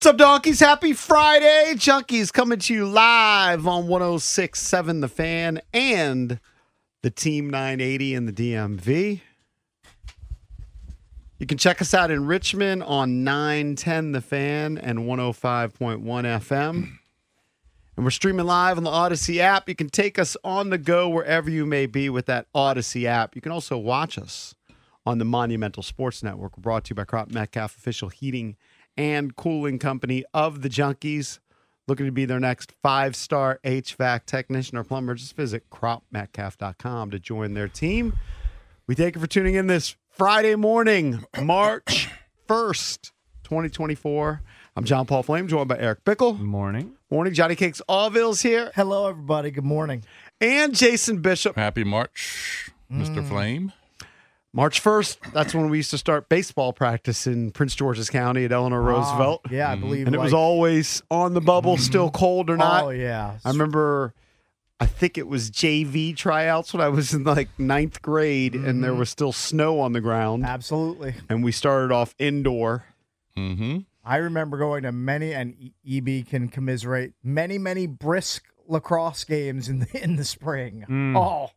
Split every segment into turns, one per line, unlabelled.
What's up, donkeys? Happy Friday. Junkies coming to you live on 1067 The Fan and the Team 980 in the DMV. You can check us out in Richmond on 910 The Fan and 105.1 FM. And we're streaming live on the Odyssey app. You can take us on the go wherever you may be with that Odyssey app. You can also watch us on the Monumental Sports Network. We're brought to you by Crop Metcalf, official heating and cooling company of the Junkies. Looking to be their next five star HVAC technician or plumber, just visit cropmetcalf.com to join their team. We thank you for tuning in this Friday morning, March 1st, 2024. I'm John Paul Flame, joined by Eric Bickle.
Morning.
Morning, Johnny Cakes Allville's here,
Hello, everybody. Good morning.
and Jason Bishop.
Happy March,
Mm.
Mr. Flame.
March 1st, that's when we used to start baseball practice in Prince George's County at Eleanor
Ah.
Roosevelt.
Uh,
Mm-hmm.
Yeah, I believe.
And it was
like-
always on the bubble, still cold or not.
Oh yeah.
I remember, I think it was JV tryouts when I was in like ninth grade, and
Mm-hmm.
there was still snow on the ground,
Ah. Absolutely.
and we started off indoor.
Mm-hmm.
I remember going to many, and E- EB can commiserate many, many brisk lacrosse games in the in the spring.
Mm.
Oh,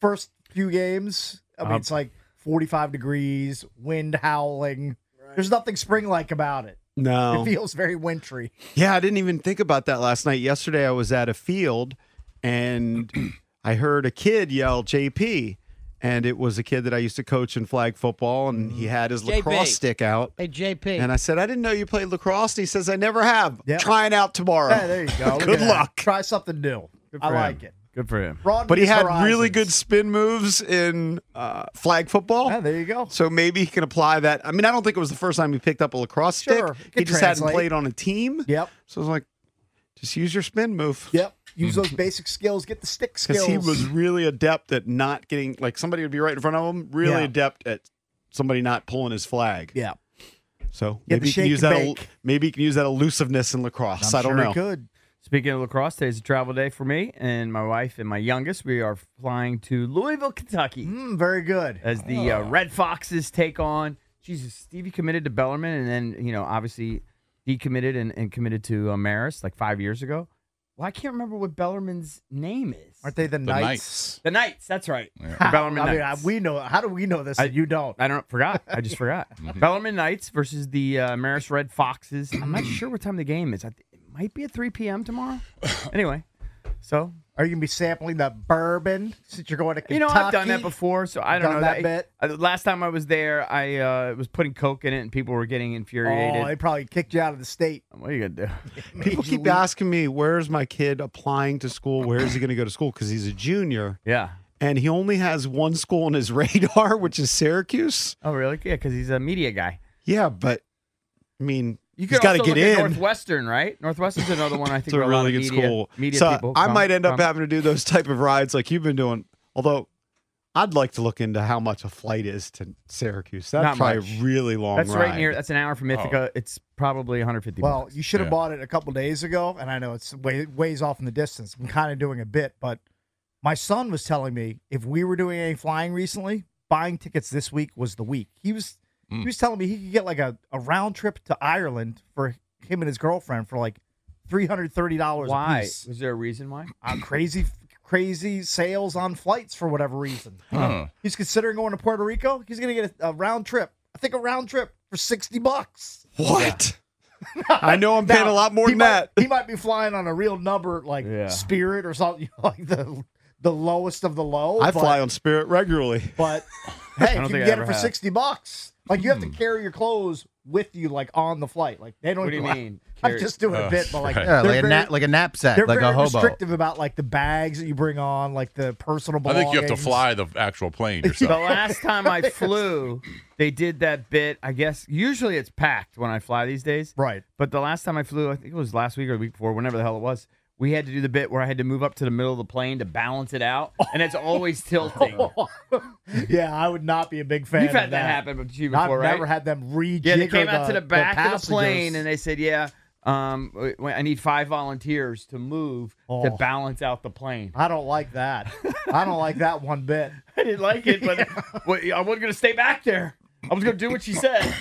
first few games. I mean,
Um,
it's like forty-five degrees, wind howling. There's nothing spring-like about it. It
No,
feels very wintry.
yeah, I didn't even think about that last night. Yesterday, I was at a field, and I heard a kid yell "JP," and it was a kid that I used to coach in flag football, and he had his
JP.
lacrosse stick out.
Hey JP,
And I said, I didn't know you played lacrosse. And he says, I never have.
Yep.
Trying out tomorrow.
Yeah, there you go. Look
Good
at that.
luck.
Try something new. I
for him.
like it.
Good for him.
Broaden
but he
his
had really
horizons.
good spin moves in uh, flag football.
Yeah, there you go.
So maybe he can apply that. I mean, I don't think it was the first time he picked up a lacrosse
Sure,
stick.
it
He
could
just hadn't
translate.
played on a team.
Yep.
So I was like, just use your spin move.
Yep. Use those
Mm-hmm.
basic skills. Get the stick
Because
skills.
he was really adept at not getting, like, somebody would be right in front of him, really
Yeah.
adept at somebody not pulling his flag.
Yeah.
So
Yeah,
maybe
the
you can
shake
use
and
that. el-
bake.
Maybe you can use that elusiveness in lacrosse. I
I'm
don't
sure
know.
He could.
Speaking of lacrosse, today's a travel day for me and my wife and my youngest. We are flying to Louisville, Kentucky,
Mm, very good.
as the
Ah.
uh, Red Foxes take on. Jesus, Stevie committed to Bellarmine and then you know obviously decommitted and, and committed to uh, Marist like five years ago. Well, I can't remember what Bellarmine's name is.
Aren't they the,
The
knights?
Knights.
The Knights. That's right.
Yeah.
Bellarmine
I mean, I,
Knights.
we know. How do we know this?
I-
and you don't.
I don't forgot. I just forgot.
Mm-hmm.
Bellarmine Knights versus the uh, Marist Red Foxes. I'm not sure what time the game is. I th- it might be at 3 p.m. tomorrow. anyway, so
Are you gonna be sampling the bourbon since you're going to Kentucky?
you know I've done that before. So I don't
Done
know
that bit?
uh, the last time I was there, I uh, was putting coke in it, and people were getting infuriated.
Oh, they probably kicked you out of the state.
What are you gonna do?
People
Major
keep
league.
asking me, where's my kid applying to school? Where is he going to go to school? Because he's a junior
Yeah.
and he only has one school on his radar, which is Syracuse.
Oh really? Yeah, because he's a media guy.
Yeah, but I mean,
You
he's got to
also
get
look
in.
at Northwestern, right? Northwestern's another one I think
It's a
where a lot
really
of
good
media,
school.
media
so
people.
I
come
might end up
from.
having to do those type of rides like you've been doing. Although I'd like to look into how much a flight is to Syracuse. That's
Not
probably
much.
a really long
That's
ride. Oh.
right near. That's an hour from Ithaca. It's probably 150.
Well, you should have
Yeah.
bought it a couple days ago, and I know it's way, ways off in the distance. I'm kind of doing a bit, but my son was telling me if we were doing any flying recently, buying tickets this week was the week. He was
Hmm.
he was telling me he could get like a, a round trip to Ireland for him and his girlfriend for like three hundred thirty dollars.
why?
Apiece.
Was there a reason why?
Uh, crazy crazy sales on flights for whatever reason.
Huh.
He's considering going to Puerto Rico. He's gonna get a, a round trip. I think a round trip for sixty bucks.
What? I know I'm paying
Now,
a lot more
he
than
might,
that.
He might be flying on a real number like
Yeah.
Spirit or something like the the lowest of the low.
I
but,
fly on Spirit regularly.
but hey,
don't
if
think
you
I
get
ever
it for
have.
sixty bucks, like you have to carry your clothes with you, like on the flight. Like they don't.
What do you
even-
mean?
I'm just doing a
Oh,
bit, but like
right.
Yeah,
they're
like a,
very-
na- like a knapsack,
They're
like
very
a hobo.
restrictive about like the bags that you bring on, like the personal
I
belongings.
think you have to fly the actual plane
The
yourself.
last time I flew, they did that bit. I guess usually it's packed when I fly these days.
Right.
But the last time I flew, I think it was last week or the week before, whenever the hell it was, we had to do the bit where I had to move up to the middle of the plane to balance it out, and it's always tilting.
yeah, I would not be a big fan.
You've
of
had Oh. that,
that
happen to you
I've
before,
never
right?
had them rejigger
yeah, they came out to
the
the back of the plane
passengers.
and they said, "Yeah, um, w- I need five volunteers to move to
Oh.
balance out the plane."
I don't like that. I don't like that one bit.
I didn't like it, but but I wasn't gonna stay back there. I was gonna do what she said.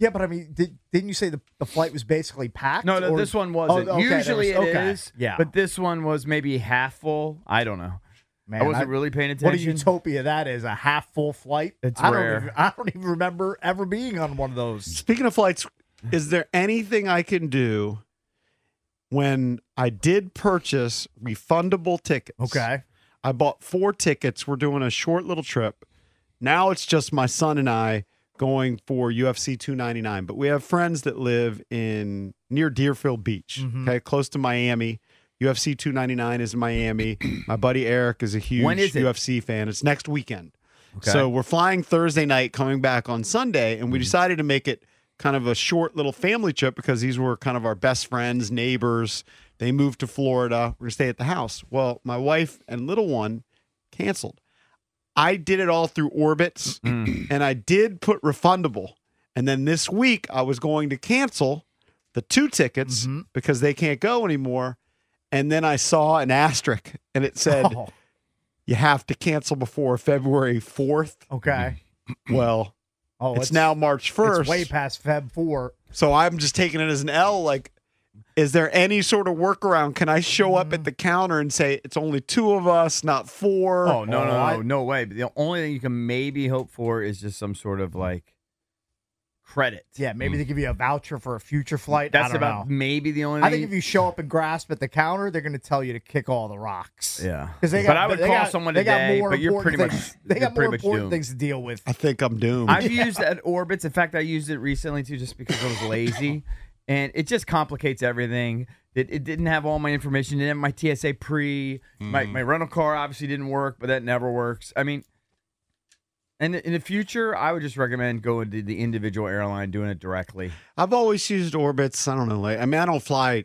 Yeah, but I mean, did, didn't you say the, the flight was basically packed?
No, no,
or-
this one wasn't.
Oh, okay, there
Usually
was-
it
okay.
is,
Yeah,
But this one was maybe half full. I don't know.
man,
I wasn't really paying attention.
What a utopia that is! A half full flight.
It's
I
rare.
Don't even, I don't even remember ever being on one of those.
Speaking of flights, is there anything I can do when I did purchase refundable tickets?
Okay.
I bought four tickets. We're doing a short little trip. Now it's just my son and I going for UFC 299. But we have friends that live in near Deerfield Beach,
Mm-hmm.
Mhm.
okay, close to Miami. UFC 299 is in Miami. my buddy Eric is a huge
When is it?
UFC fan. It's next weekend.
Okay.
So we're flying Thursday night, coming back on Sunday, and we decided to make it kind of a short little family trip because these were kind of our best friends, neighbors. They moved to Florida. We're gonna stay at the house. Well, my wife and little one canceled. I did it all through orbits, and I did put refundable. And then this week, I was going to cancel the two tickets
Mhm.
because they can't go anymore. And then I saw an asterisk, and it said
Oh,
you have to cancel before February 4th.
okay.
Well,
Oh,
it's, now March
it's
1st.
way past Feb four.
so I'm just taking it as an L. Like, is there any sort of workaround? Can I show up at the counter and say it's only two of us, not four?
Oh no, no,
Oh, I-
no, no way. But the only thing you can maybe hope for is just some sort of like credit.
Yeah, maybe they give you a voucher for a future flight. I
Hmm. That's
don't
about
know.
maybe the only.
I think if you show up and grasp at the counter, they're going to tell you to kick all the rocks.
yeah,
Because they got,
but I would
they
call
got-
someone
they got
today.
more
But you're
important
pretty much
things- they
you're
got more
pretty much
important
doomed.
things to deal with.
I think I'm doomed.
I've used that orbits. In fact, I used it recently too, just because I was lazy, and it just complicates everything. It, it didn't have all my information. It didn't have my TSA pre. My my rental car obviously didn't work, but that never works. I mean, and in the future, I would just recommend going to the individual airline, doing it directly.
I've always used orbits. I don't know. Like, I mean, I don't fly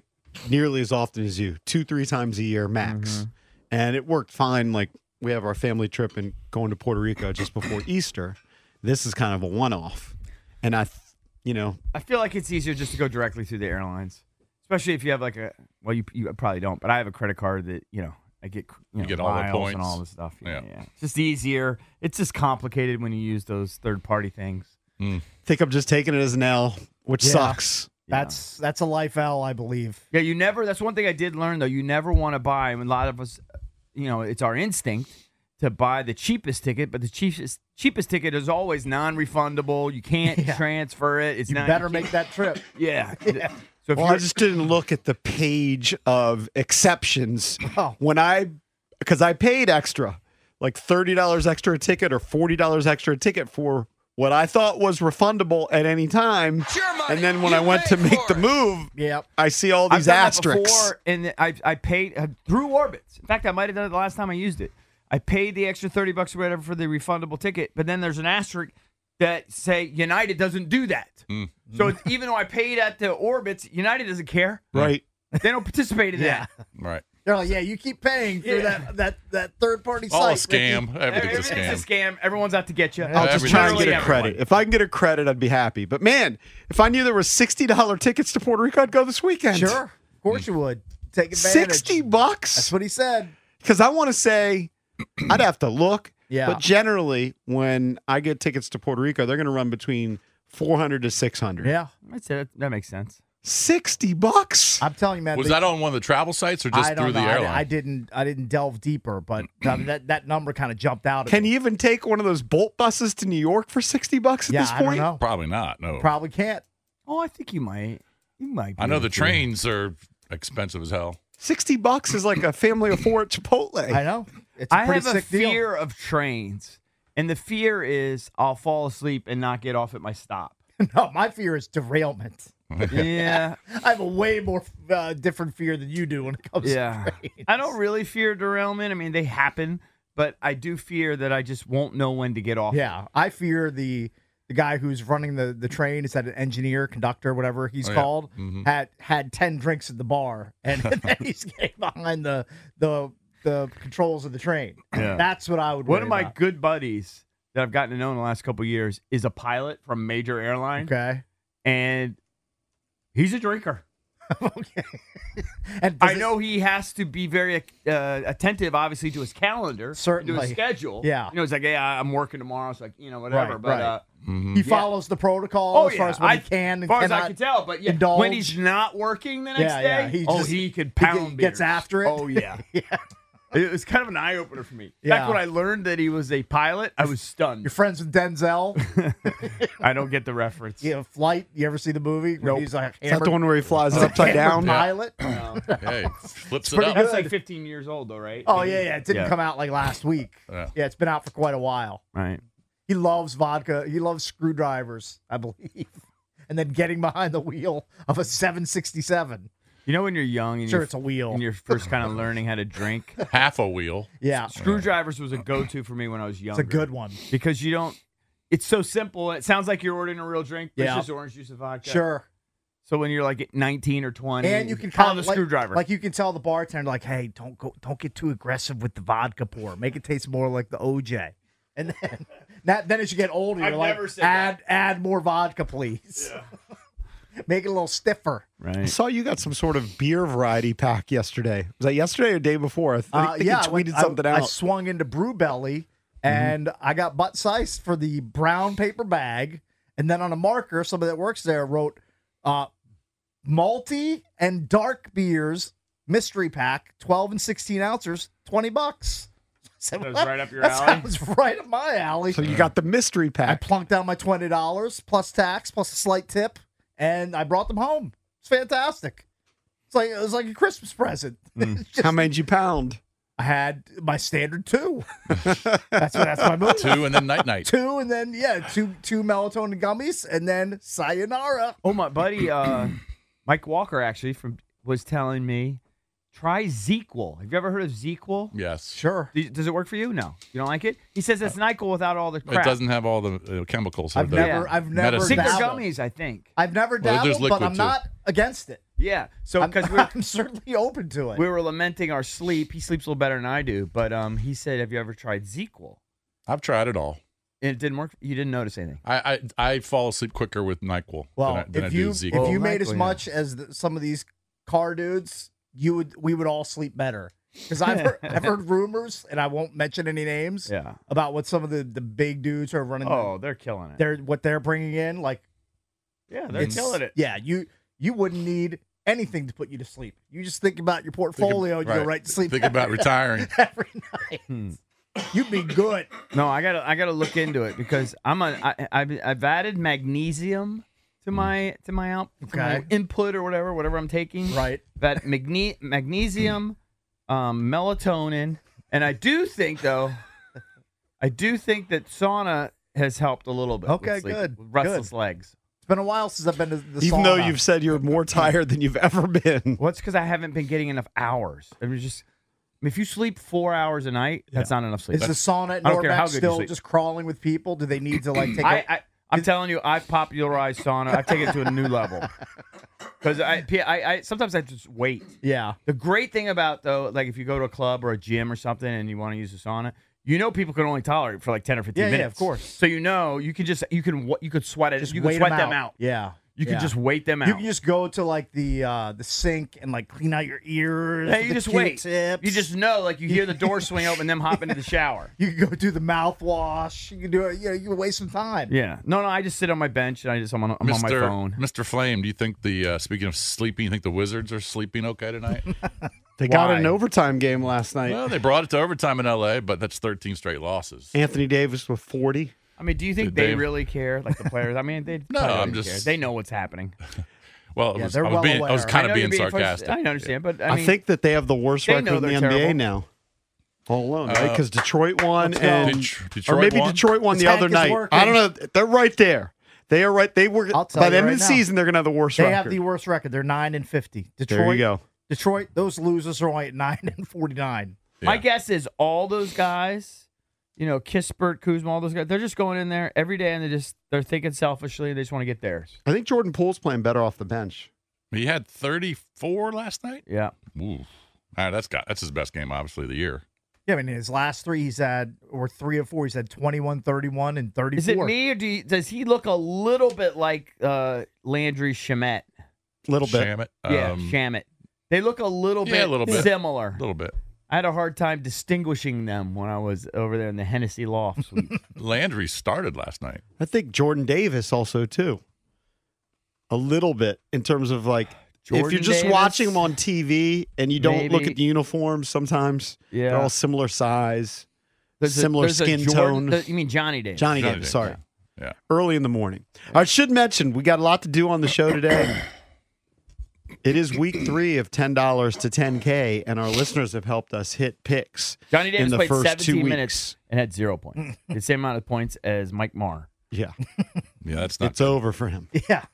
nearly as often as you, two, three times a year max. And it worked fine. Like, we have our family trip and going to Puerto Rico just before Easter. This is kind of a one off. And I, th- you know,
I feel like it's easier just to go directly through the airlines, especially if you have like a well, you you probably don't, but I have a credit card that you know I get you, know,
get all the
miles
points.
and all this stuff. Yeah,
Yeah.
yeah. It's just easier. It's just complicated when you use those third party things.
think I'm just taking it as an L, which
Yeah.
sucks.
Yeah.
That's that's a life L, I believe.
yeah. You never. That's one thing I did learn though. You never want to buy. I mean, a lot of us, you know, it's our instinct to buy the cheapest ticket, but the cheapest cheapest ticket is always non refundable. You can't
Yeah.
transfer it. It's
You
not,
better
can't-
make that trip.
Yeah. So if
Well, I
you're-
just didn't look at the page of exceptions
Oh.
when I, because I paid extra, like thirty dollars extra a ticket or forty dollars extra a ticket for what I thought was refundable at any time. And then when I went to make the move,
Yep.
I see all
I've
these
done that
asterisks.
before, and I I paid uh, through orbits. In fact, I might have done it the last time I used it. I paid the extra thirty bucks or whatever for the refundable ticket, but then there's an asterisk that say United doesn't do that.
Mm.
So it's, even though I paid at the orbits, United doesn't care.
Right.
They don't participate in that.
Right.
They're like, yeah, you keep paying for
Yeah.
that that that third party site.
All a
Ricky.
scam. Everything's a
Everything's
scam.
a scam. Everyone's out to get you.
I'll just try and get
Literally
a credit. If I can get a credit, I'd be happy. But man, if I knew there were sixty dollar tickets to Puerto Rico, I'd go this weekend.
Sure. Of course you would. Take advantage.
Sixty bucks.
That's what he said.
because I want to say I'd have to look.
Yeah.
But generally, when I get tickets to Puerto Rico, they're going to run between 400 to 600.
Yeah.
That's it. That makes sense.
60 bucks.
I'm telling you, man.
Was
the-
that on one of the travel sites or just
I don't
through the
know. I-
airline?
I, didn't I didn't delve deeper, but I mean, that that number kind of jumped out. At
Can
me.
you even take one of those Bolt buses to New York for 60 bucks at
Yeah,
this
I
point?
don't know.
Probably not. No.
Probably can't.
Oh, I think you might. You might. Be
I know
able
the
to.
trains are expensive as hell.
60 bucks is like a family of four at Chipotle.
I know. It's a
I
pretty
have a
sick deal.
fear of trains, and the fear is I'll fall asleep and not get off at my stop.
No, my fear is derailment.
Yeah,
I have a way more uh, different fear than you do when it comes.
yeah.
to trains.
I don't really fear derailment. I mean, they happen, but I do fear that I just won't know when to get off.
Yeah, I fear the the guy who's running the the train is that an engineer, conductor, whatever he's
Oh, yeah.
called,
Mm-hmm.
Mhm.
had had ten drinks at the bar, and then he's getting behind the the the controls of the train.
Yeah.
That's what I would.
One
worry
of my
about.
good buddies that I've gotten to know in the last couple of years is a pilot from major airline,
okay.
and he's a drinker.
okay. and does
I
it-
know he has to be very uh, attentive, obviously, to his calendar, to
Certainly.
his schedule.
Yeah.
you know, it's like, hey, I- I'm working tomorrow. It's like, you know, whatever.
Right,
but
right.
Uh,
he
Mm-hmm.
follows the protocol
oh
as far
yeah,
as what
I-
he can and
as far
cannot.
as I can tell. But yeah, when
indulge.
he's not working the next
Yeah, yeah,
day,
he
oh,
just-
he could
he get-
pound.
gets
beers.
after it.
Oh yeah. It was kind of an eye opener for me.
Yeah.
Back when I learned that he was a pilot, I was stunned.
You're friends with Denzel.
I don't get the reference.
you have flight. You ever see the movie? Where He's like
Is that the one where he flies upside down?
hammered pilot.
Hey, flips it
pretty
up.
That's like 15 years old, though, right?
Oh yeah, yeah. It didn't
Yeah.
come out like last week.
Yeah.
Yeah, it's been out for quite a while.
Right.
He loves vodka. He loves screwdrivers, I believe. And then getting behind the wheel of a 767.
You know when you're young and
Sure,
you're,
it's a wheel.
and you're first kind of learning how to drink.
Half a wheel.
Yeah,
Screwdrivers was a go-to for me when I was
it's
younger.
a good one.
because you don't. It's so simple. It sounds like you're ordering a real drink. But
Yeah.
It's just orange juice and vodka.
Sure.
So when you're like 19 or 20,
And you can
call
kind
the
of like,
screwdriver.
Like you can tell the bartender, like, hey, don't go, don't get too aggressive with the vodka pour. Make it taste more like the OJ. And then, that, then as you get older, you're
I've
like,
never said
add add more vodka, please. Make it a little stiffer.
I
right.
saw you got some sort of beer variety pack yesterday. Was that yesterday or day before? I th- I
Uh,
think
yeah,
you
I went-
tweeted
I-
something
I,
out. Mm-hmm.
swung into Brew Belly and I got butt sized for the brown paper bag. And then on a marker, somebody that works there wrote uh, malty and dark beers mystery pack, 12 and 16 ounces, 20 bucks. I said,
That was
"What?
right up your
that
alley?"
sounds right up my alley.
so you got the mystery
I
pack.
plunked down my $20 plus tax plus a slight tip and I brought them home. It's fantastic. It's like it was like a Christmas present. It's just-
How many did you pound?
I had my standard two. that's what that's my move. Two.
Two and then night night.
and then yeah, two two melatonin gummies, and then sayonara.
Oh, my buddy, uh, Mike Walker actually from was telling me, try Zequel. Have you ever heard of Zequel?
Yes.
Sure.
Do- Does it work for you? No, you don't like it. He says it's Nyquil without all the crap.
It doesn't have all the uh, chemicals.
I've
the-
never, I've never
Medicine.
Zinc or
dabbled.
gummies, I think.
I've never
Well, there's
dabbled, but
liquid,
I'm
too.
not against it.
Yeah. So
I'm,
because we were,
I'm certainly open to it.
we were lamenting our sleep, he sleeps a little better than I do. But um, he said, "Have you ever tried Zequel?"
I've tried it all.
And it didn't work. You didn't notice anything.
I, I I fall asleep quicker with Nyquil
well,
than I, than
if
I
you
do Zequel.
if you
Well,
made as
likely, yeah.
much as the, some of these car dudes, you would we would all sleep better. Because I've heard, I've heard rumors, and I won't mention any names
Yeah.
about what some of the the big dudes are running.
Oh, they're killing it.
they're what they're bringing in, like.
yeah, they're
It's-
killing it.
Yeah, you you wouldn't need anything to put you to sleep. You just think about your portfolio and you go right to sleep
Think about retiring.
every night.
Hmm.
You'd be good.
No, I gotta I gotta look into it because I'm a I, I've I've added magnesium to my to my out to my
Mm. Okay.
input or whatever whatever I'm taking.
Right.
That magne- magnesium, um, melatonin, and I do think though, I do think that sauna has helped a little bit. with
Okay,
sleep,
good,
with Restless legs.
It's been a while since I've been to the
Even though
sauna.
you've said you're more tired than you've ever been.
Well, it's because I haven't been getting enough hours. I mean, just I mean, if you sleep four hours a night, that's not enough sleep.
is the sauna at
I don't care how
Norbeck
good you
still
sleep.
just crawling with people? Do they need to like take?
I,
a,
I, I'm telling you, I've popularized sauna. I've taken it to a new level. Because I, P- I, I, sometimes I just wait.
yeah,
The great thing about though, like if you go to a club or a gym or something and you want to use a sauna, you know people can only tolerate it for like ten or fifteen
Yeah, yeah, of
minutes.
course.
So you know you can just you can wa- you could sweat it.
just
you
wait
can sweat
'em
them out.
Yeah,
You
yeah.
can just wait them out.
you can just go to like the uh the sink and like clean out your ears.
Yeah,
with
you
the
just wait.
Q-tips.
You just know, like you hear the door swing open, them hop into the shower.
you can go do the mouthwash. You can do it. You know, you can waste some time.
Yeah. No, no. I just sit on my bench and I just I'm on, I'm on my
Mr.
phone.
Mr. Flame, do you think the uh, speaking of sleeping, you think the Wizards are sleeping okay tonight?
They got
Why?
an overtime game last night.
well, they brought it to overtime in LA, but that's 13 straight losses.
Anthony Davis with 40.
I mean, do you think
Did
they,
they-
really care? Like the players? I mean, they
No,
probably
I'm
don't
just-
care. they know what's happening.
Well, it
Yeah,
was, I,
they're
was
well
being, I was
aware.
kind
I
of
know you're
being
frust-
sarcastic.
I understand, but I,
I,
mean,
think that they have the worst
they
record
know
in the
they're
NBA
terrible.
now. All alone, right? Because Detroit won
Uh, Let's go.
and
Det- Detroit
or maybe
won?
Detroit won
The
the,
tank
other
is
night.
working.
I don't know. They're right there. They are right. They were
I'll tell
by
you
the end
right
of the
now.
season. They're gonna have the worst
They
record.
have the worst record. They're nine and fifty. Detroit.
there you go.
Detroit. Those losers are only at nine and forty nine.
my
Yeah.
guess is all those guys, you know, Kispert, Kuzma, all those guys, they're just going in there every day and they just they're thinking selfishly. They just want to get theirs.
I think Jordan Poole's playing better off the bench.
He had 34 last night.
Yeah.
Ooh. All right, that's got that's his best game, obviously, of the year.
Yeah, I mean, his last three, he's had, or three of four, he's had 21, 31, and 34.
Is it me or do you, does he look a little bit like uh, Landry Shamet?
little bit.
Sham it.
Yeah,
Um,
sham it. They look a little
yeah, a
bit
little bit.
similar.
a little bit.
I had a hard time distinguishing them when I was over there in the Hennessy Loft suite.
Landry started last night.
I think Jordan Davis also too. A little bit in terms of like if
Jordan
you're just
Davis?
watching them on TV and you don't look
Maybe.
at the uniforms, sometimes
yeah,
they're all similar size,
There's a-
similar
there's a
skin
Jordan-
tone.
th- you mean Johnny Davis?
Johnny,
Johnny
Davis,
Davis,
sorry.
yeah. Yeah.
Early in the morning. I should mention we got a lot to do on the show today. It is week three of ten dollars to ten k, and our listeners have helped us hit picks.
Johnny Davis
in the
played
first two
17 minutes
weeks.
and had zero points. the same amount of points as Mike Marr.
Yeah,
Yeah, that's not.
it's over for him.
Yeah.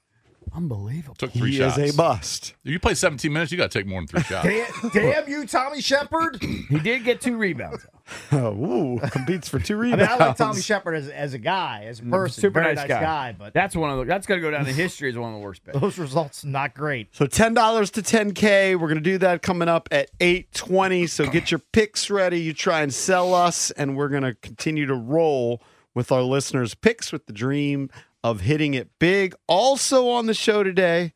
Unbelievable.
took three
He
shots.
is a bust.
If you play 17 minutes, you got to take more than three shots.
Damn, damn you, Tommy Shepard.
He did get two rebounds.
Oh, ooh, competes for two
I
rebounds.
mean, I like Tommy Shepard as, as a guy, as a person,
Super
very
nice
Mm, nice,
guy.
guy. but
That's one of the, that's gonna go down in history as one of the worst bets.
those results not great.
So ten dollars to ten k. We're gonna do that coming up at eight twenty. So get your picks ready. You try and sell us, and we're gonna continue to roll with our listeners' picks with the dream of hitting it big. Also on the show today,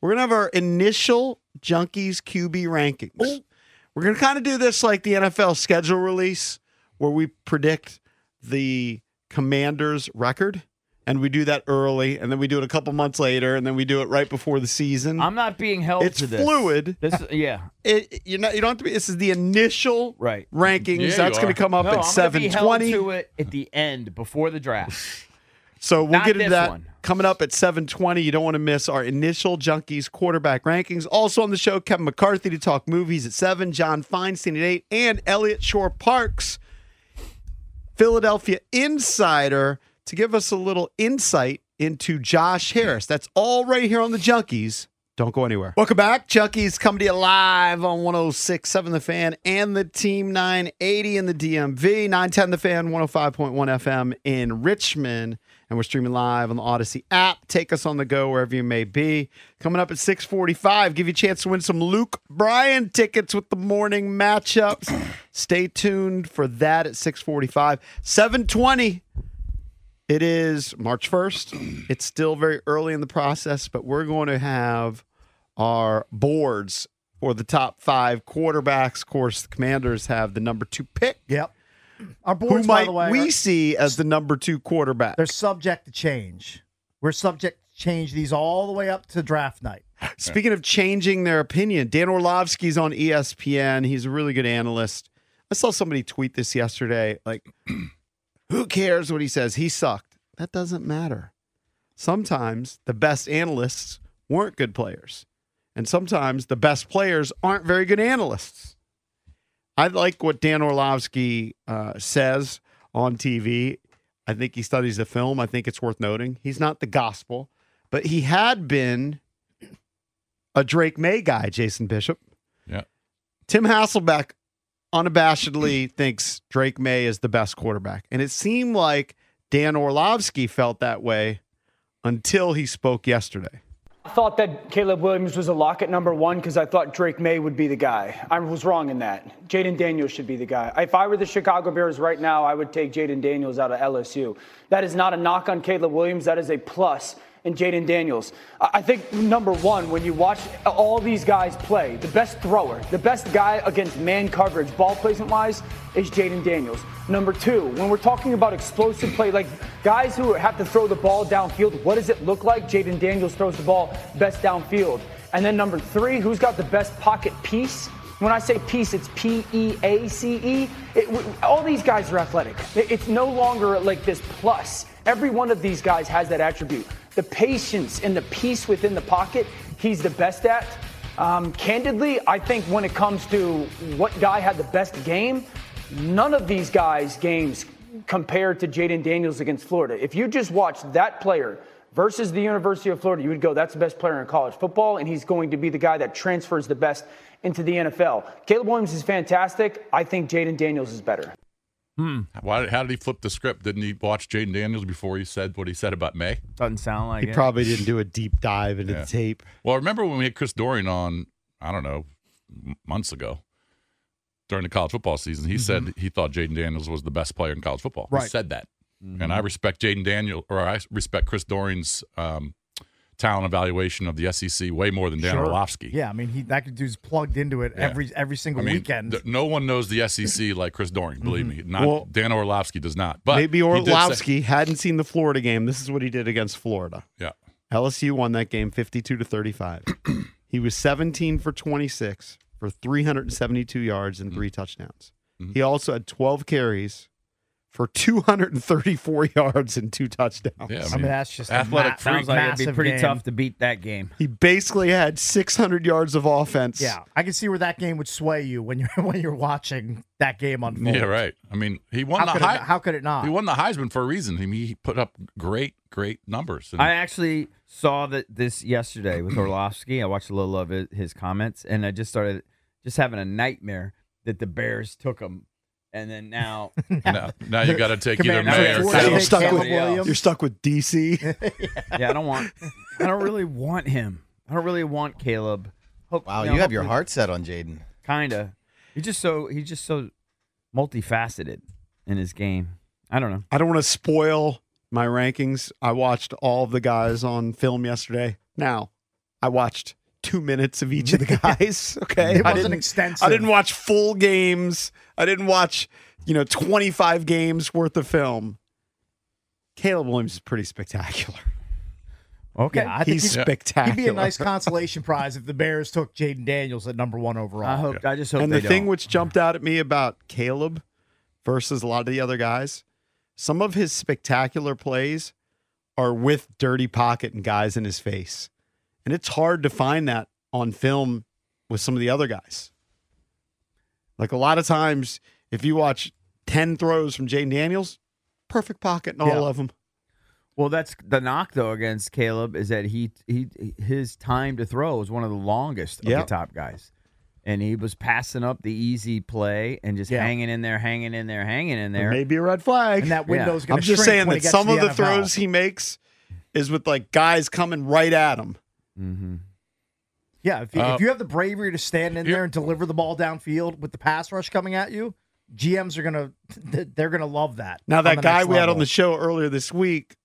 we're gonna have our initial Junkies QB rankings. We're gonna kind of do this like the NFL schedule release, where we predict the Commanders' record. And we do that early, and then we do it a couple months later, and then we do it right before the season
I'm not being held
it's
to this.
fluid.
This yeah,
It, you're not, you don't have to be. This is the initial
right.
rankings.
Yeah, you
That's going
are.
to come up
no,
at
I'm gonna be held
720.
to it at the end before the draft.
So we'll
Not
get into
this
that
one.
coming up at 720. You don't want to miss our initial Junkies quarterback rankings. Also on the show, Kevin McCarthy to talk movies at 7, John Feinstein at 8, and Elliot Shore Parks, Philadelphia Insider, to give us a little insight into Josh Harris. That's all right here on the Junkies. Don't go anywhere. Welcome back. Junkies coming to you live on 1067 The Fan and the Team 980 in the DMV, 910 The Fan, 105.1 FM in Richmond. And we're streaming live on the Odyssey app. Take us on the go wherever you may be. Coming up at 645, give you a chance to win some Luke Bryan tickets with the morning matchups. Stay tuned for that at 645. 720. It is March 1st. It's still very early in the process, but we're going to have our boards for the top five quarterbacks. Of course, the commanders have the number two pick.
Yep. Our
Who
boards, by
might
the way,
we
are,
see as the number two quarterback?
they're subject to change. We're subject to change these all the way up to draft night.
Speaking of changing their opinion, Dan Orlovsky's on E ESPN. He's a really good analyst. I saw somebody tweet this yesterday. Like, who cares what he says? He sucked. That doesn't matter. Sometimes the best analysts weren't good players, and sometimes the best players aren't very good analysts. I like what Dan Orlovsky uh, says on TV. I think he studies the film. I think it's worth noting. He's not the gospel, but he had been a Drake May guy, Jason Bishop.
Yeah.
Tim Hasselbeck unabashedly thinks Drake May is the best quarterback. And it seemed like Dan Orlovsky felt that way until he spoke yesterday.
I thought that Caleb Williams was a lock at number one because I thought Drake May would be the guy. I was wrong in that. Jaden Daniels should be the guy. If I were the Chicago Bears right now, I would take Jaden Daniels out of LSU. That is not a knock on Caleb Williams. That is a plus in Jaden Daniels. I I think number one, when you watch all these guys play, the best thrower, the best guy against man coverage, ball placement wise, is Jaden Daniels. Number two, when we're talking about explosive play, like guys who have to throw the ball downfield, what does it look like? Jaden Daniels throws the ball best downfield. And then number three, who's got the best pocket piece? When I say piece, it's P E A C E. It- w- All these guys are athletic. It- It's no longer like this plus. Every one of these guys has that attribute. The patience and the peace within the pocket, he's the best at. Um, candidly, I think when it comes to what guy had the best game, none of these guys' games compared to Jaden Daniels against Florida. If you just watched that player versus the University of Florida, you would go, that's the best player in college football, and he's going to be the guy that transfers the best into the NFL. Caleb Williams is fantastic. I think Jaden Daniels is better.
Why, how did he flip the script? Didn't he watch Jaden Daniels before he said what he said about May?
Doesn't sound like
He
it.
probably didn't do a deep dive into
Yeah.
the tape.
Well, I remember when we had Chris Dorian on, I don't know, m- months ago during the college football season, he said he thought Jaden Daniels was the best player in college football. He
Mm-hmm. Right. Mm-hmm.
said that. And I respect Jaden Daniel, or I respect Chris Dorian's um, talent evaluation of the SEC way more than Dan Orlovsky.
Yeah, I mean, he that dude's plugged into it every every
I
single
mean,
weekend.
th- no one knows the SEC like Chris Doring. Believe me,
Mm-hmm.
not
Well-
Dan Orlovsky does not. But
Maybe
he did say-
Orlovsky hadn't seen the Florida game. This is what he did against Florida.
yeah,
LSU won that game 52 to 35. he was 17 for 26 for 372 yards and three touchdowns. He also had 12 carries for 234 yards and two touchdowns.
yeah.
I mean, that's just a
athletic
ma-
freak.
Sounds like it'd be
Massive
pretty
game.
tough to beat that game.
He basically had 600 yards of offense.
yeah, I can see where that game would sway you when you're when you're watching that game unfold.
Yeah, right. I mean, he won the
How could,
high.
it, how could it not?
He won the Heisman for a reason. I mean, he put up great, great numbers. And
I actually saw that this yesterday with Orlovsky. I watched a little of it, his comments, and I just started just having a nightmare that the Bears took him, and then now
now, now you got to take either
Commanders
May
are
or
Now you're
forced to
Caleb.
take
stuck with-
somebody else.
You're stuck with DC.
yeah, I don't want, I don't really want him. I don't really want Caleb. Hope,
Wow,
no,
you have your
hopefully-
heart set on Jaden.
Kinda. He's just so he's just so multifaceted in his game. I don't know.
I don't want to spoil my rankings. I watched all of the guys on film yesterday. Now, I watched two minutes of each of the guys. Okay,
It
I
wasn't
didn't-
extensive.
I didn't watch full games. I didn't watch you know twenty five games worth of film. Caleb Williams is pretty spectacular.
Okay.
Yeah, I think
He's
he'd,
spectacular.
he'd be a nice consolation prize if the Bears took Jaden Daniels at number one
I
overall.
hope I just hope
and
they
the thing
don't.
which jumped out at me about Caleb versus a lot of the other guys, some of his spectacular plays are with dirty pocket and guys in his face. And it's hard to find that on film with some of the other guys. Like a lot of times, if you watch 10 throws from Jaden Daniels, perfect pocket in all
Yeah.
of them.
Well, that's the knock though against Caleb is that he he his time to throw was one of the longest of
Yep.
the top guys, and he was passing up the easy play and just
Yeah.
hanging in there, hanging in there, hanging in there.
Maybe a red flag.
and that
Yeah.
window's going
I'm
to
just saying
when
that
it gets
some
to
of
the,
the
NFL.
throws he makes is with like guys coming right at him.
hmm
Yeah, if you,
Uh,
if you have the bravery to stand in
here-
there and deliver the ball downfield with the pass rush coming at you, GMs are gonna they're gonna love that.
Now
on
that
the
guy
next
we had on
level.
the show earlier this week,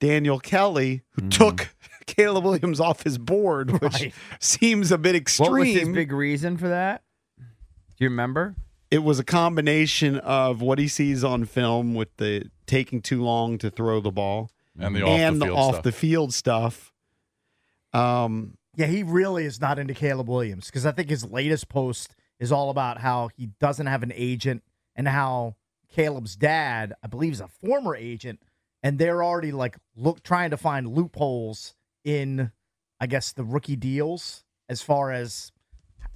Daniel Kelly,
Hmm.
who took Caleb Williams off his board, which
Right.
seems a bit
What was his
extreme.
big reason for that? Do you remember?
it was a combination of what he sees on film with the taking too long to throw the ball
and the off
and
the
the
field
off
stuff.
the field stuff. Um,
yeah, he really is not into Caleb Williams because I think his latest post is all about how he doesn't have an agent and how Caleb's dad, I believe, is a former agent, and they're already like look trying to find loopholes in, I guess, the rookie deals as far as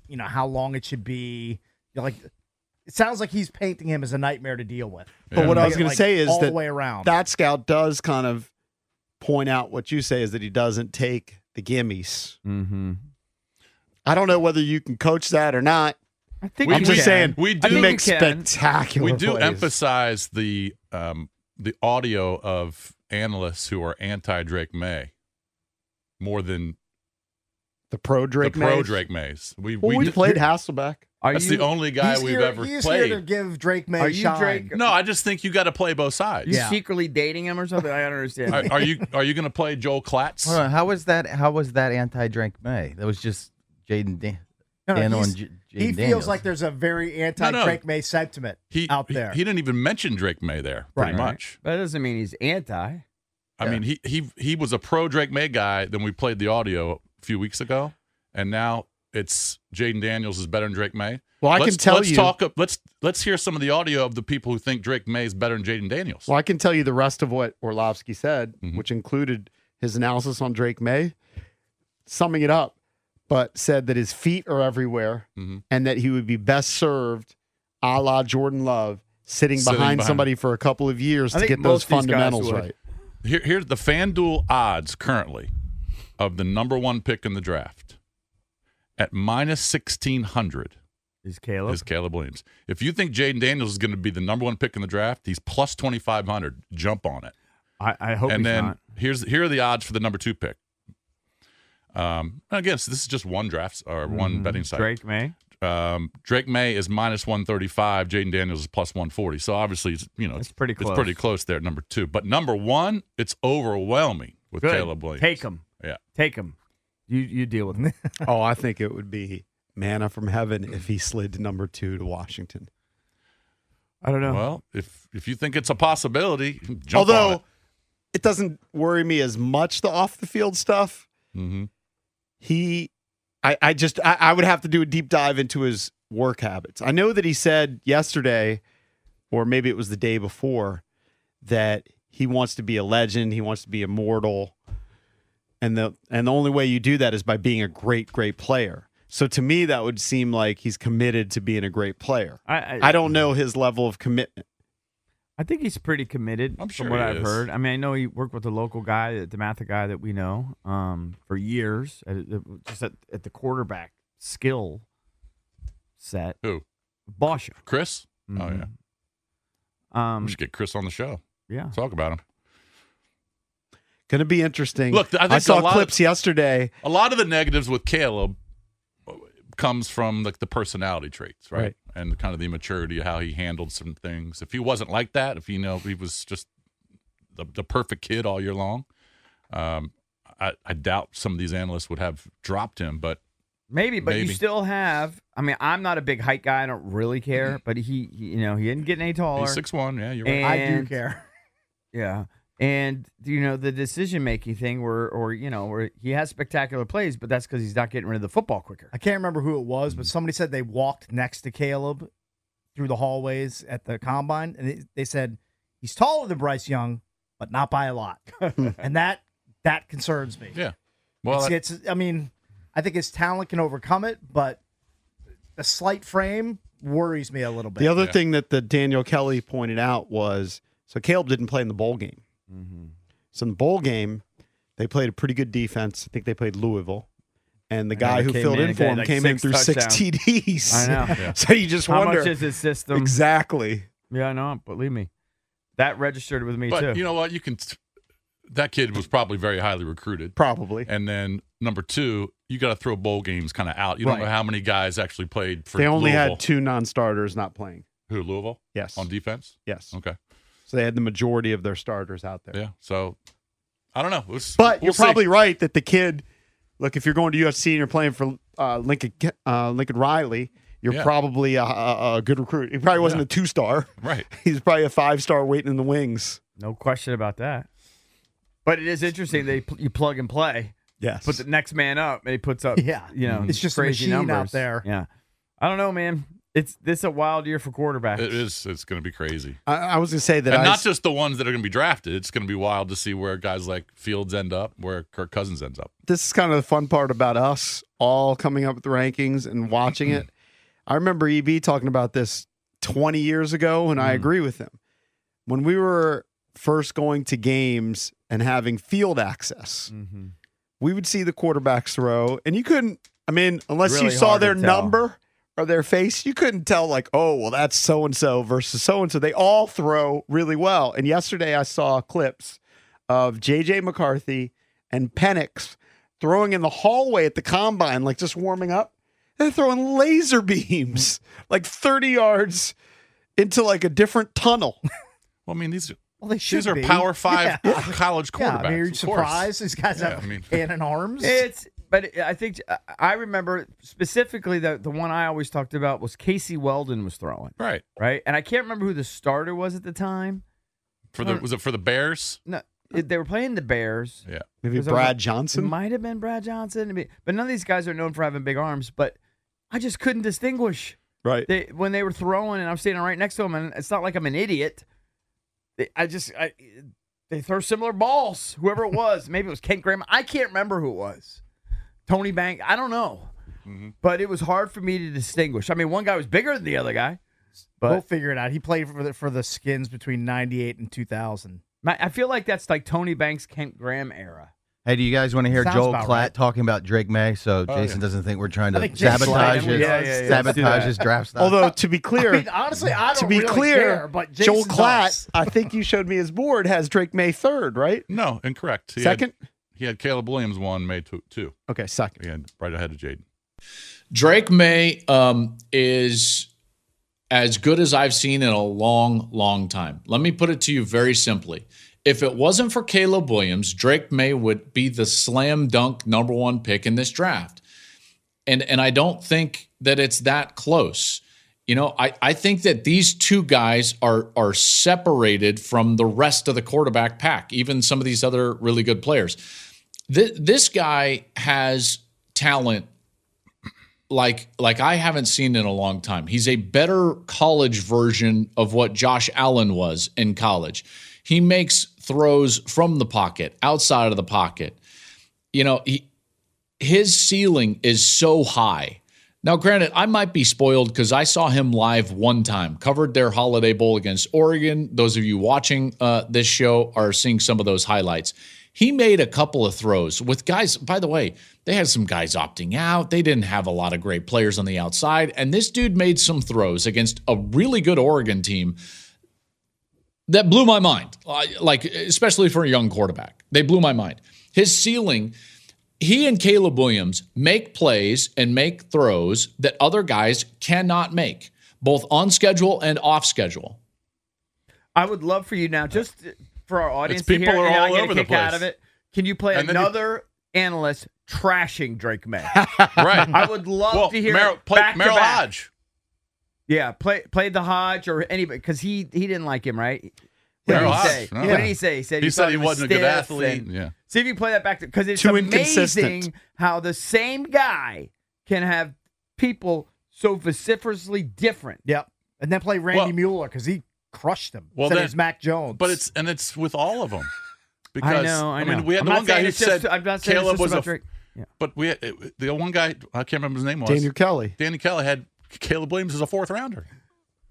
you know how long it should be. You know, like, it sounds like he's painting him as a nightmare to deal with.
but
Yeah.
what I was
Like,
going to say is
all
that
the way around.
that scout does kind of point out what you say is that he doesn't take the gimmies.
Mm-hmm.
I don't know whether you can coach that or not.
I think
We-
I'm just
can.
saying
We
I
do-
think make
we can.
spectacular.
we do
plays.
emphasize the um, the audio of analysts who are anti Drake May more than
the pro Drake.
the pro
Mays.
Drake Mays. We
Well, we,
do-
played Hasselbeck.
Are
That's
you,
the only guy
he's
we've
here,
ever
he's
played.
here to give Drake May
Are you
shine.
Drake?
No, I just think you got to play both sides.
you
Yeah.
secretly dating him or something? I don't understand.
Are, are you are you going to play Joel Klatz?
Hold on, how was that? How was that anti-drink May? That was just Jaden Dan-
No, no,
Daniel
he's-
and J- Jaden
he feels
Daniels.
like there's a very anti
no.
Drake May sentiment
He
out
he-
there.
He, didn't even mention Drake May there. Pretty
Right.
much.
That doesn't mean he's anti.
I mean, he he he was a pro Drake May guy. Then we played the audio a few weeks ago, and now it's Jaden Daniels is better than Drake May.
Well, I
let's,
can tell
let's
you.
Talk, up- let's let's hear some of the audio of the people who think Drake May is better than Jaden Daniels.
well, I can tell you the rest of what Orlovsky said,
Mhm.
which included his analysis on Drake May, summing it up, but said that his feet are everywhere
Mhm.
and that he would be best served, a la Jordan Love, sitting,
Sitting
behind,
behind.
somebody for a couple of years to
I think
get those
most of these guys
fundamentals
would.
right.
Here, here's the FanDuel odds currently of the number one pick in the draft at minus sixteen hundred
Is Caleb?
is Caleb Williams. If you think Jaden Daniels is going to be the number one pick in the draft, he's plus twenty five hundred. Jump on it.
I, I hope
and
he's
then
not.
here's here are the odds for the number two pick. Um, I guess this is just one draft or one betting site.
Mm-hmm. Drake May.
Um, Drake May is minus one thirty five. Jaden Daniels is plus one forty. So obviously, it's, you know,
It's pretty
It's
close.
pretty close there, at number two. But number one, it's overwhelming with
Good.
Caleb Williams.
Take him.
Yeah.
Take him. You you deal with him.
Oh, I think it would be manna from heaven if he slid to number two to Washington.
I don't know.
Well, if if you think it's a possibility, jump
Although
on
it. doesn't worry me as much the off the field stuff.
it. Mm-hmm.
He, I, I just I, I would have to do a deep dive into his work habits. I know that he said yesterday, or maybe it was the day before, that he wants to be a legend. He wants to be immortal, and the and the only way you do that is by being a great great player. So to me, that would seem like he's committed to being a great player.
I, I,
I don't know his level of commitment.
I think he's pretty committed.
I'm sure
from what
he
I've
is.
heard. I mean, I know he worked with the local guy, the Matha guy that we know, um, for years, at, at- just at, at the quarterback skill set.
Who?
Bosher.
Chris? Oh
Mm-hmm.
yeah.
Um,
We should get Chris on the show.
yeah.
Talk about him.
Going to be interesting.
Look, I think a
saw
lot of-
clips yesterday.
A lot of the negatives with Caleb comes from like the personality traits, right?
Right.
And kind of the immaturity of how he handled some things. If he wasn't like that, if you know he was just the, the perfect kid all year long, um, I, I doubt some of these analysts would have dropped him. But
Maybe, but
Maybe.
you still have. I mean, I'm not a big height guy. I don't really care. But he, he- you know, he didn't get any taller.
Mm-hmm. he's six one. Yeah, you're right.
and,
I do care.
Yeah, and you know the decision making thing, where or you know, where he has spectacular plays, but that's because he's not getting rid of the football quicker.
I can't remember who it was, but somebody said they walked next to Caleb through the hallways at the combine, and they, they said he's taller than Bryce Young, but not by a lot, and that that concerns me.
Yeah. Well, I-
it's, it's I mean, I think his talent can overcome it, but a slight frame worries me a little bit.
The other
Yeah.
thing that the Daniel Kelly pointed out was so Caleb didn't play in the bowl game.
Mm-hmm.
So in the bowl game, they played a pretty good defense. I think they played Louisville. And the guy
he
who
came
filled
in
in
and
for
got
him
like
came in
six
through six
touchdowns.
TDs.
I know.
so you just
How
wonder
much is um, his system?
exactly.
Yeah, I know. Believe me, that registered with me
but
too.
you know what? You can. T- that kid was probably very highly recruited.
Probably
And then number two, you got to throw bowl games kind of out. You don't
Right.
know how many guys actually played for.
they only
Louisville.
had two non-starters not playing.
Who Louisville?
Yes,
on defense.
yes.
Okay,
So they had the majority of their starters out there.
yeah. So I don't know. It was-
But
we'll
you're
see.
probably right that the kid, look, if you're going to UFC and you're playing for uh, Lincoln uh, Lincoln Riley, you're
Yeah.
probably a, a, a good recruit. He probably wasn't a two star.
right.
He's probably a five star waiting in the wings.
no question about that. But it is interesting. They pl- you plug and play.
Yes.
put the next man up and he puts up
Yeah.
you know
It's just a
crazy
machine out
numbers
there.
yeah i don't know man it's this a wild year for quarterbacks
It is. It's going to be crazy,
I, I was gonna say that.
and
I,
not just the ones that are going to be drafted. It's going to be wild to see where guys like Fields end up, where Kirk Cousins ends up.
this is kind of the fun part about us all coming up with the rankings and watching
Mm-hmm.
it. I remember EB talking about this 20 years ago, and I
Mm-hmm.
agree with him. When we were first going to games and having field access,
Mhm.
we would see the quarterbacks throw, and you couldn't. I mean, unless you
Really
saw
hard to
their
tell.
number or their face, you couldn't tell. Like, oh, well, that's so and so versus so and so. They all throw really well. And yesterday, I saw clips of JJ McCarthy and Penix throwing in the hallway at the combine, like just warming up. They're throwing laser beams like 30 yards into like a different tunnel.
Well, I mean these
well, they should
these are
be.
Power Five
Yeah.
college quarterbacks.
Yeah, I mean, are you
of course.
surprised these guys
Yeah,
have
I mean-
cannon arms?
it's but i think I- i remember specifically that the one i always talked about was casey weldon was throwing
Right.
right and i can't remember who the starter was at the time
For the was it for the Bears?
no it- they were playing the bears
Yeah.
Maybe
Because I was
Brad
like, It
Johnson.
might have been Brad Johnson, I mean, but none of these guys are known for having big arms. But I just couldn't distinguish.
Right.
They, when they were throwing, and I'm standing right next to them, and it's not like I'm an idiot. They, I just I, they throw similar balls. Whoever it was, maybe it was Kent Graham. I can't remember who it was. Tony Bank. I don't know. But it was hard for me to distinguish. I mean, one guy was bigger than the other guy. But
we'll figure it out. He played for the for the Skins between '98 and 2000.
my, I feel like that's like Tony Banks, Kent Graham era.
Hey, do you guys want to hear
Sounds
Joel
about
Klatt
right.
talking about Drake May so
Oh,
Jason
yeah.
doesn't think we're trying
I
to
think Jason
sabotage
Slater
his,
would- Yeah,
yeah, yeah, let's do
sabotage
that.
his draft stuff?
Althougly, to be clear,
I mean, honestly, I don't
to be
really
clear,
care, but Jason
Joel Klatt,
does.
I think you showed me his board, has Drake May third, right?
No, incorrect. He had-
second?
he had Caleb Williams one, May two, two.
Okay, second.
He had right ahead of Jaden.
Drake May um, is as good as I've seen in a long, long time. Let me put it to you very simply. if it wasn't for Caleb Williams, Drake May would be the slam dunk number one pick in this draft. And and I don't think that it's that close. You know, I, I think that these two guys are are separated from the rest of the quarterback pack, even some of these other really good players. This, this guy has talent like like I haven't seen in a long time. He's a better college version of what Josh Allen was in college. He makes throws from the pocket, outside of the pocket. You know, he, his ceiling is so high. Now, granted, I might be spoiled because I saw him live one time, covered their Holiday Bowl against Oregon. Those of you watching uh, this show are seeing some of those highlights. He made a couple of throws with guys, by the way, they had some guys opting out. They didn't have a lot of great players on the outside. And this dude made some throws against a really good Oregon team that blew my mind, Uh, like, especially for a young quarterback. They blew my mind. His ceiling he and Caleb Williams make plays and make throws that other guys cannot make, both on schedule and off schedule.
I would love for you now, just for our audience to
people
hear,
are
and I
all
get
over
a
the
kick out
place.
of it. Can you play
And then you-
another analyst trashing Drake May?
right.
I would love
well,
to hear
Merrill,
it
play,
back to
Merrill
back.
Hodge.
Yeah, play played the Hodge or anybody because he he didn't like him, right? What
Merrill
did he
Hodge,
say?
no.
What did he say? He said
He
thought
said he
was
wasn't a good
stiff
athlete.
and-
Yeah.
See if you play that back because it's
Too
amazing
inconsistent.
how the same guy can have people so vociferously different.
Yep. And then play Randy
Well-
Mueller because he crushed him.
Well,
Well, said
then-
it's Mac Jones.
But it's and it's with all of them. Because
I know. I, know.
mean, we had
I'm
the
not
one guy
saying
who
it's just-
said
I'm not saying it's
Caleb
just
was a,
about
f-
Drake. Yeah.
but we had, the one guy I can't remember his name was
Daniel Kelly.
Danny Kelly had Caleb Williams as a fourth rounder,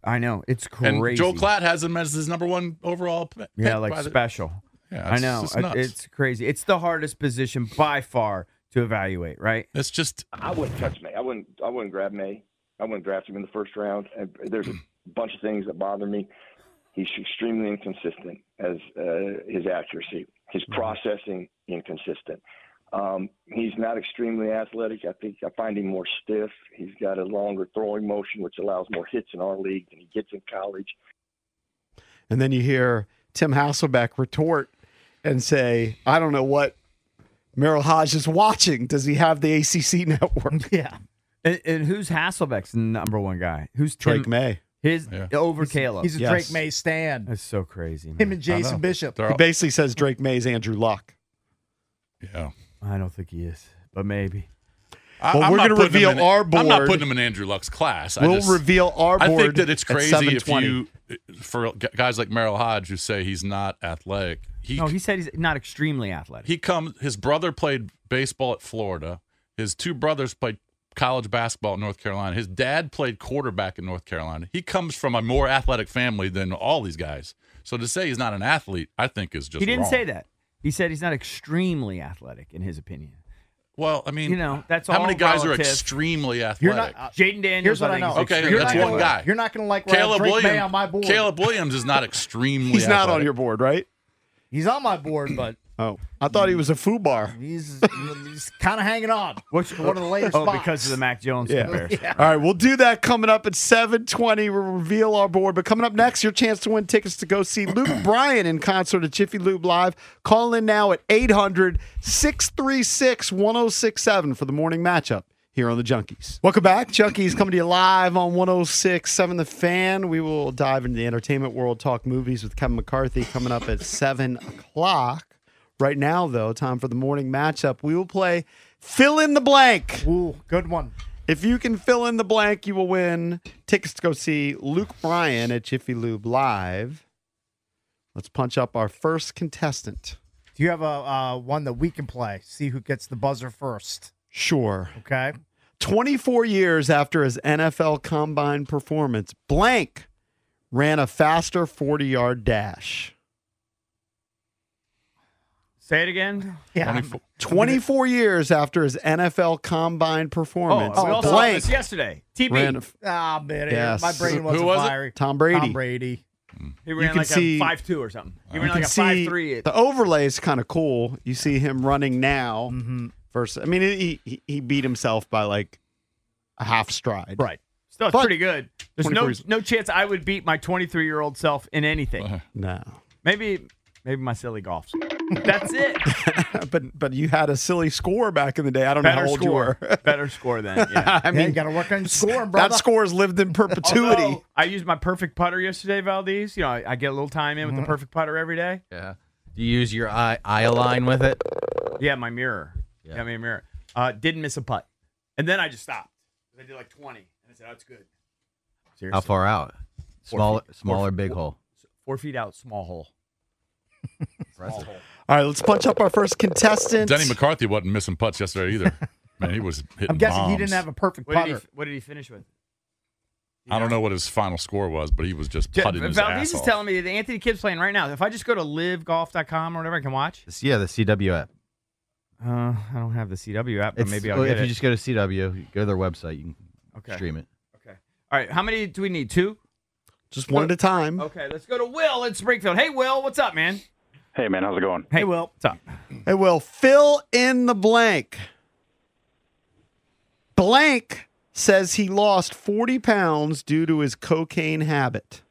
I know it's crazy.
and Joe Klatt has him as his number one overall. p- Pick
yeah, like
by the-
special.
Yeah,
I
it's
know
just
I-
nuts.
it's crazy. It's the hardest position by far to evaluate, right?
It's just
I wouldn't touch May. I wouldn't. I wouldn't grab May. I wouldn't draft him in the first round. And there's a bunch of things that bother me. He's extremely inconsistent as uh, his accuracy, his processing inconsistent. Um, he's not extremely athletic. I think I find him more stiff. He's got a longer throwing motion, which allows more hits in our league than he gets in college.
And then you hear Tim Hasselbeck retort and say, I don't know what Merrill Hodge is watching. Does he have the ACC network?
yeah.
And, and who's Hasselbeck's number one guy? Who's Tim,
Drake May.
His
Yeah.
over Caleb.
He's a
Yes.
Drake May stand.
That's so crazy. Man.
Him and Jason Bishop.
they're
He
all,
basically says Drake May's Andrew Luck.
yeah.
I don't think he is, but maybe.
I,
Well,
I'm
we're
not
gonna
putting him
reveal
in-
our
I'm not
board.
putting him in Andrew Luck's class. I
We'll
just,
reveal our
I
board.
think that it's
at
crazy if
720.
you, uh, for g- guys like Merrill Hodge who say he's not athletic, he
No, he said he's not extremely athletic.
he comes. His brother played baseball at Florida. His two brothers played college basketball at North Carolina. His dad played quarterback at North Carolina. He comes from a more athletic family than all these guys. So to say he's not an athlete, I think is just
He didn't
wrong.
say that. He said he's not extremely athletic, in his opinion.
Well, I mean,
You know, that's
how
all
many guys are
relative.
extremely athletic.
You're not. uh,
Jaden Daniels.
here's what I
think,
know.
is
Okay,
extremely
that's
not
one
gonna-
guy.
athletic.
You're not going to like Caleb
Caleb
Drake
Williams
May on my board.
Caleb Williams is not extremely.
He's not on
athletic.
your board, right?
He's on my board, but
Oh, I thought he was a foobar.
he's, he's kind of hanging on. Which one of the later
Oh,
spots.
because of the Mac Jones comparison.
All right, we'll do that coming up at 720. We'll reveal our board. But coming up next, your chance to win tickets to go see Luke Bryan in concert at Jiffy Lube Live. Call in now at 800 636 1067 for the morning matchup here on the Junkies. Welcome back. Junkies coming to you live on 1067 The Fan. We will dive into the entertainment world, talk movies with Kevin McCarthy coming up at 7 o'clock. Right now, though, time for the morning matchup. We will play fill in the blank.
Ooh, good one.
If you can fill in the blank, you will win tickets to go see Luke Bryan at Jiffy Lube Live. Let's punch up our first contestant.
Do you have a uh, one that we can play? See who gets the buzzer first.
Sure.
Okay.
24 years after his NFL combine performance, blank ran a faster 40 yard dash.
Say it again.
Yeah.
24
24 years after his NFL combine
Oh,
performance,
we all saw
blank
this yesterday. TB.
ran. a-
Ah, man,
Yes.
my brain
Who
wasn't
was it?
fiery.
Tom Brady.
Tom Brady.
he ran
can
like
see- Uh,
a five two or something. He ran
You
like
can
a
see
five three.
the overlay is kind of cool. You see him running now
Mm-hmm.
versus. I mean, he, he he beat himself by like a half stride.
Right. Still it's
But-
pretty good. There's no
24 is-
Uh-huh. no chance I would beat my 23 year old self in anything.
No.
Maybe Maybe my silly golfs. That's it.
but but you had a silly score back in the day. I don't know
Better
how old
score.
you were.
Better score then. Yeah.
I
Yeah,
mean,
you got to work on your score, brother.
that score's lived in perpetuity.
Although, I used my perfect putter yesterday, Valdez. You know, I, I get a little time in with the perfect putter every day.
Yeah. Do you use your eye eye line with it?
Yeah, my mirror. Yeah, my mirror. Uh, didn't miss a putt, and then I just stopped. 'Cause I did like twenty, and I said, "That's good." Seriously,
How far out? Smaller,
feet. Four
smaller,
feet.
big hole.
four feet out, small hole. small hole.
All right, let's punch up our first contestant.
Denny McCarthy wasn't missing putts yesterday either. Man, he was hitting
I'm guessing he
bombs.
didn't have a perfect
What did, he,
putter.
what did he finish with?
I don't know what his final score was, but he was just
Je-
putting his
Valdez
ass
is
off.
telling me that Anthony Kidd's playing right now. If I just go to livegolf.com or whatever, I can watch.
It's- yeah, the CW app.
Uh, I don't have the CW app, but
It's-
maybe I'll
well,
get
if
it.
you just go to CW, you go to their website, you can
okay.
stream it.
Okay. All right. How many do we need? Two.
Just one at a time.
Okay. Let's go to Will in Springfield. Hey, Will, what's up, man?
Hey man, how's it going?
Hey, Will, what's up?
Hey, Will, fill in the blank. Blank says he lost 40 pounds due to his cocaine habit.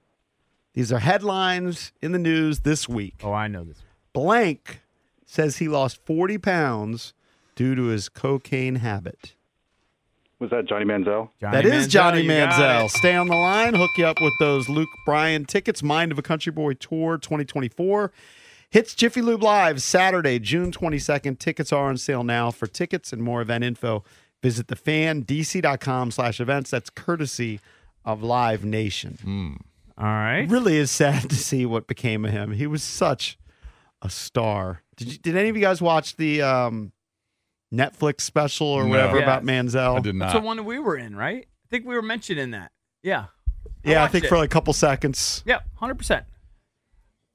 These are headlines in the news this week.
Oh, I know this.
Blank says he lost 40 pounds due to his cocaine habit.
Was that Johnny Manziel?
Johnny
That is Johnny
you got
Manziel.
it.
Stay on the line, hook you up with those Luke Bryan tickets. Mind of a Country Boy Tour 2024 hits Jiffy Lube Live Saturday, June 22nd. Tickets are on sale now. For tickets and more event info, visit thefandc.com slash events. That's courtesy of Live Nation.
All right.
It really is sad to see what became of him. He was such a star. Did, you, did any of you guys watch the um, Netflix special or
No.
whatever about
Yes.
Manziel?
I did
That's
not.
the one that we were in, right? I think we were mentioning that. Yeah.
Yeah, I
watched
think
it.
for like a couple seconds.
Yeah. Hundred percent.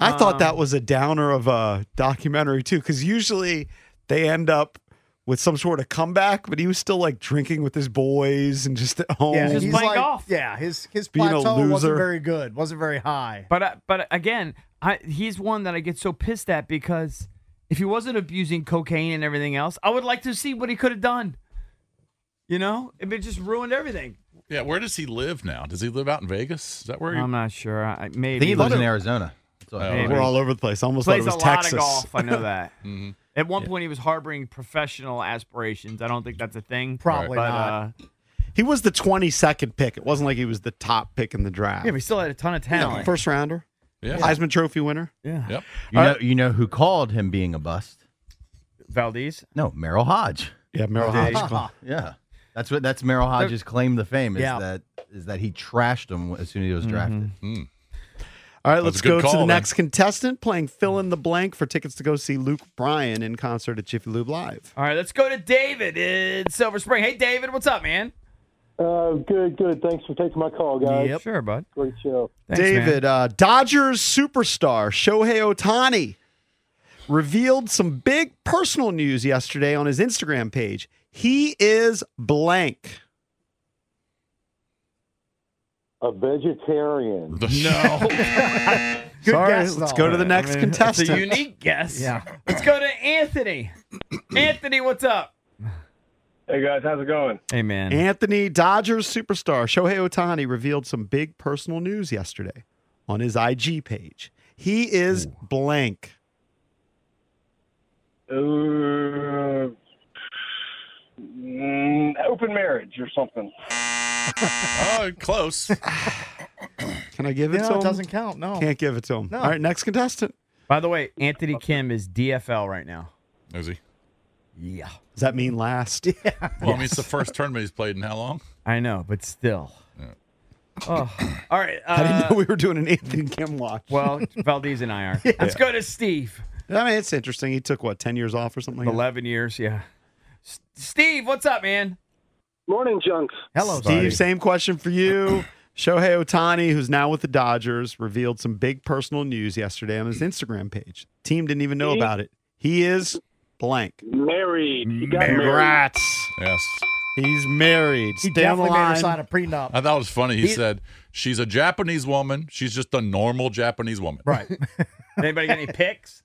I thought that
Um,
was a downer of a documentary too, because usually they end up with some sort of comeback, but he was still like drinking with his boys and just at home.
Yeah,
Just
he's
playing
like,
golf.
yeah, his his
Being a
plateau
loser.
wasn't very good, wasn't very high.
But I, but again, I he's one that I get so pissed at because if he wasn't abusing cocaine and everything else, I would like to see what he could have done. You know, it just ruined everything.
Yeah, where does he live now? Does he live out in Vegas? Is that where he?
I'm not sure. I, I-
I
maybe
think he lives in Arizona. That's all I
Oh,
know.
Maybe.
We're all over the place. I almost thought it
plays
was
a lot
Texas.
of golf. I know that.
Mhm.
At one point, he was harboring professional aspirations. I don't think that's a thing.
Probably
but,
not.
Uh,
He was the twenty second pick. It wasn't like he was the top pick in the draft.
yeah, but he still had a ton of
Yeah,
talent.
first rounder,
Yeah.
Heisman Trophy winner.
Yeah.
Yep.
You know, you know who called him being a bust?
Valdez.
No, Merrill Hodge.
Yeah, Merrill Hodgkin.
Yeah, that's what that's Merrill Hodge's claim to fame is
Yeah.
that is that he trashed him as soon as he was drafted.
All right,
That was
let's
a good
go to
call,
the
then.
next contestant playing fill in the blank for tickets to go see Luke Bryan in concert at Jiffy Lube Live.
All right, let's go to David in Silver Spring. Hey, David, what's up, man?
Uh, good, good. Thanks for taking my call,
Uh,
guys.
Sure, bud.
Great show.
Thanks,
David, uh, Dodgers superstar Shohei Otani revealed some big personal news yesterday on his Instagram page. He is blank.
A vegetarian.
No.
Good
Sorry,
guess,
let's
though.
go to the next
That's
contestant.
a unique guess.
Yeah.
Let's go to Anthony. Anthony, what's up?
Hey guys, how's it going?
Hey, man.
Anthony Dodgers superstar Shohei Otani revealed some big personal news yesterday on his IG page. He is blank.
Uh, mm, open marriage or something.
oh, close.
Can I give it
You know,
to him?
it doesn't count. No.
Can't give it to him.
No.
All right, next contestant.
By the way, Anthony Kim is DFL right now.
Is he?
Yeah.
Does that mean last?
Well, I mean, it's the first tournament he's played in how long?
I know, but still. Oh. All right.
I didn't
Uh,
know we were doing an Anthony Kim watch.
well, Valdez and I are. Let's go to Steve.
I mean, it's interesting. He took what ten years off or something. Like that?
11 years, yeah. S- Steve, what's up, man?
Morning, junks.
Hello,
Steve,
Steve.
same question for you. Shohei Otani, who's now with the Dodgers, revealed some big personal news yesterday on his Instagram page. Team didn't even know about it. He is blank.
Married. He got married.
Congrats.
Yes.
He's married.
He
Stay on the
definitely made her
line.
sign a prenup.
I thought it was funny. He, said, she's a Japanese woman. She's just a normal Japanese woman.
right.
Anybody got any picks?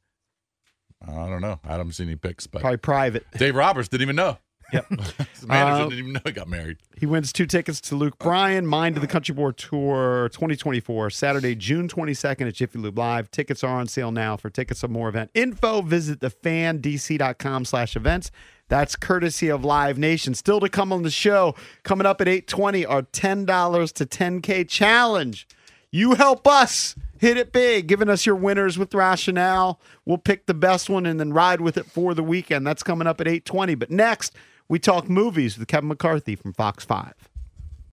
I don't know. I haven't seen any pics, but
Probably private.
Dave Roberts didn't even know.
Yep.
His manager
Uh,
didn't even know he got married.
He wins two tickets to Luke Bryan, Mind to the Country Board Tour 2024, Saturday, June 22nd at Jiffy Lube Live. Tickets are on sale now. For tickets of more event info, visit thefandc.com slash events. That's courtesy of Live Nation. Still to come on the show, coming up at 820, our $10 to 10K challenge. You help us hit it big, giving us your winners with rationale. We'll pick the best one and then ride with it for the weekend. That's coming up at 820. But next, we talk movies with Kevin McCarthy from Fox 5.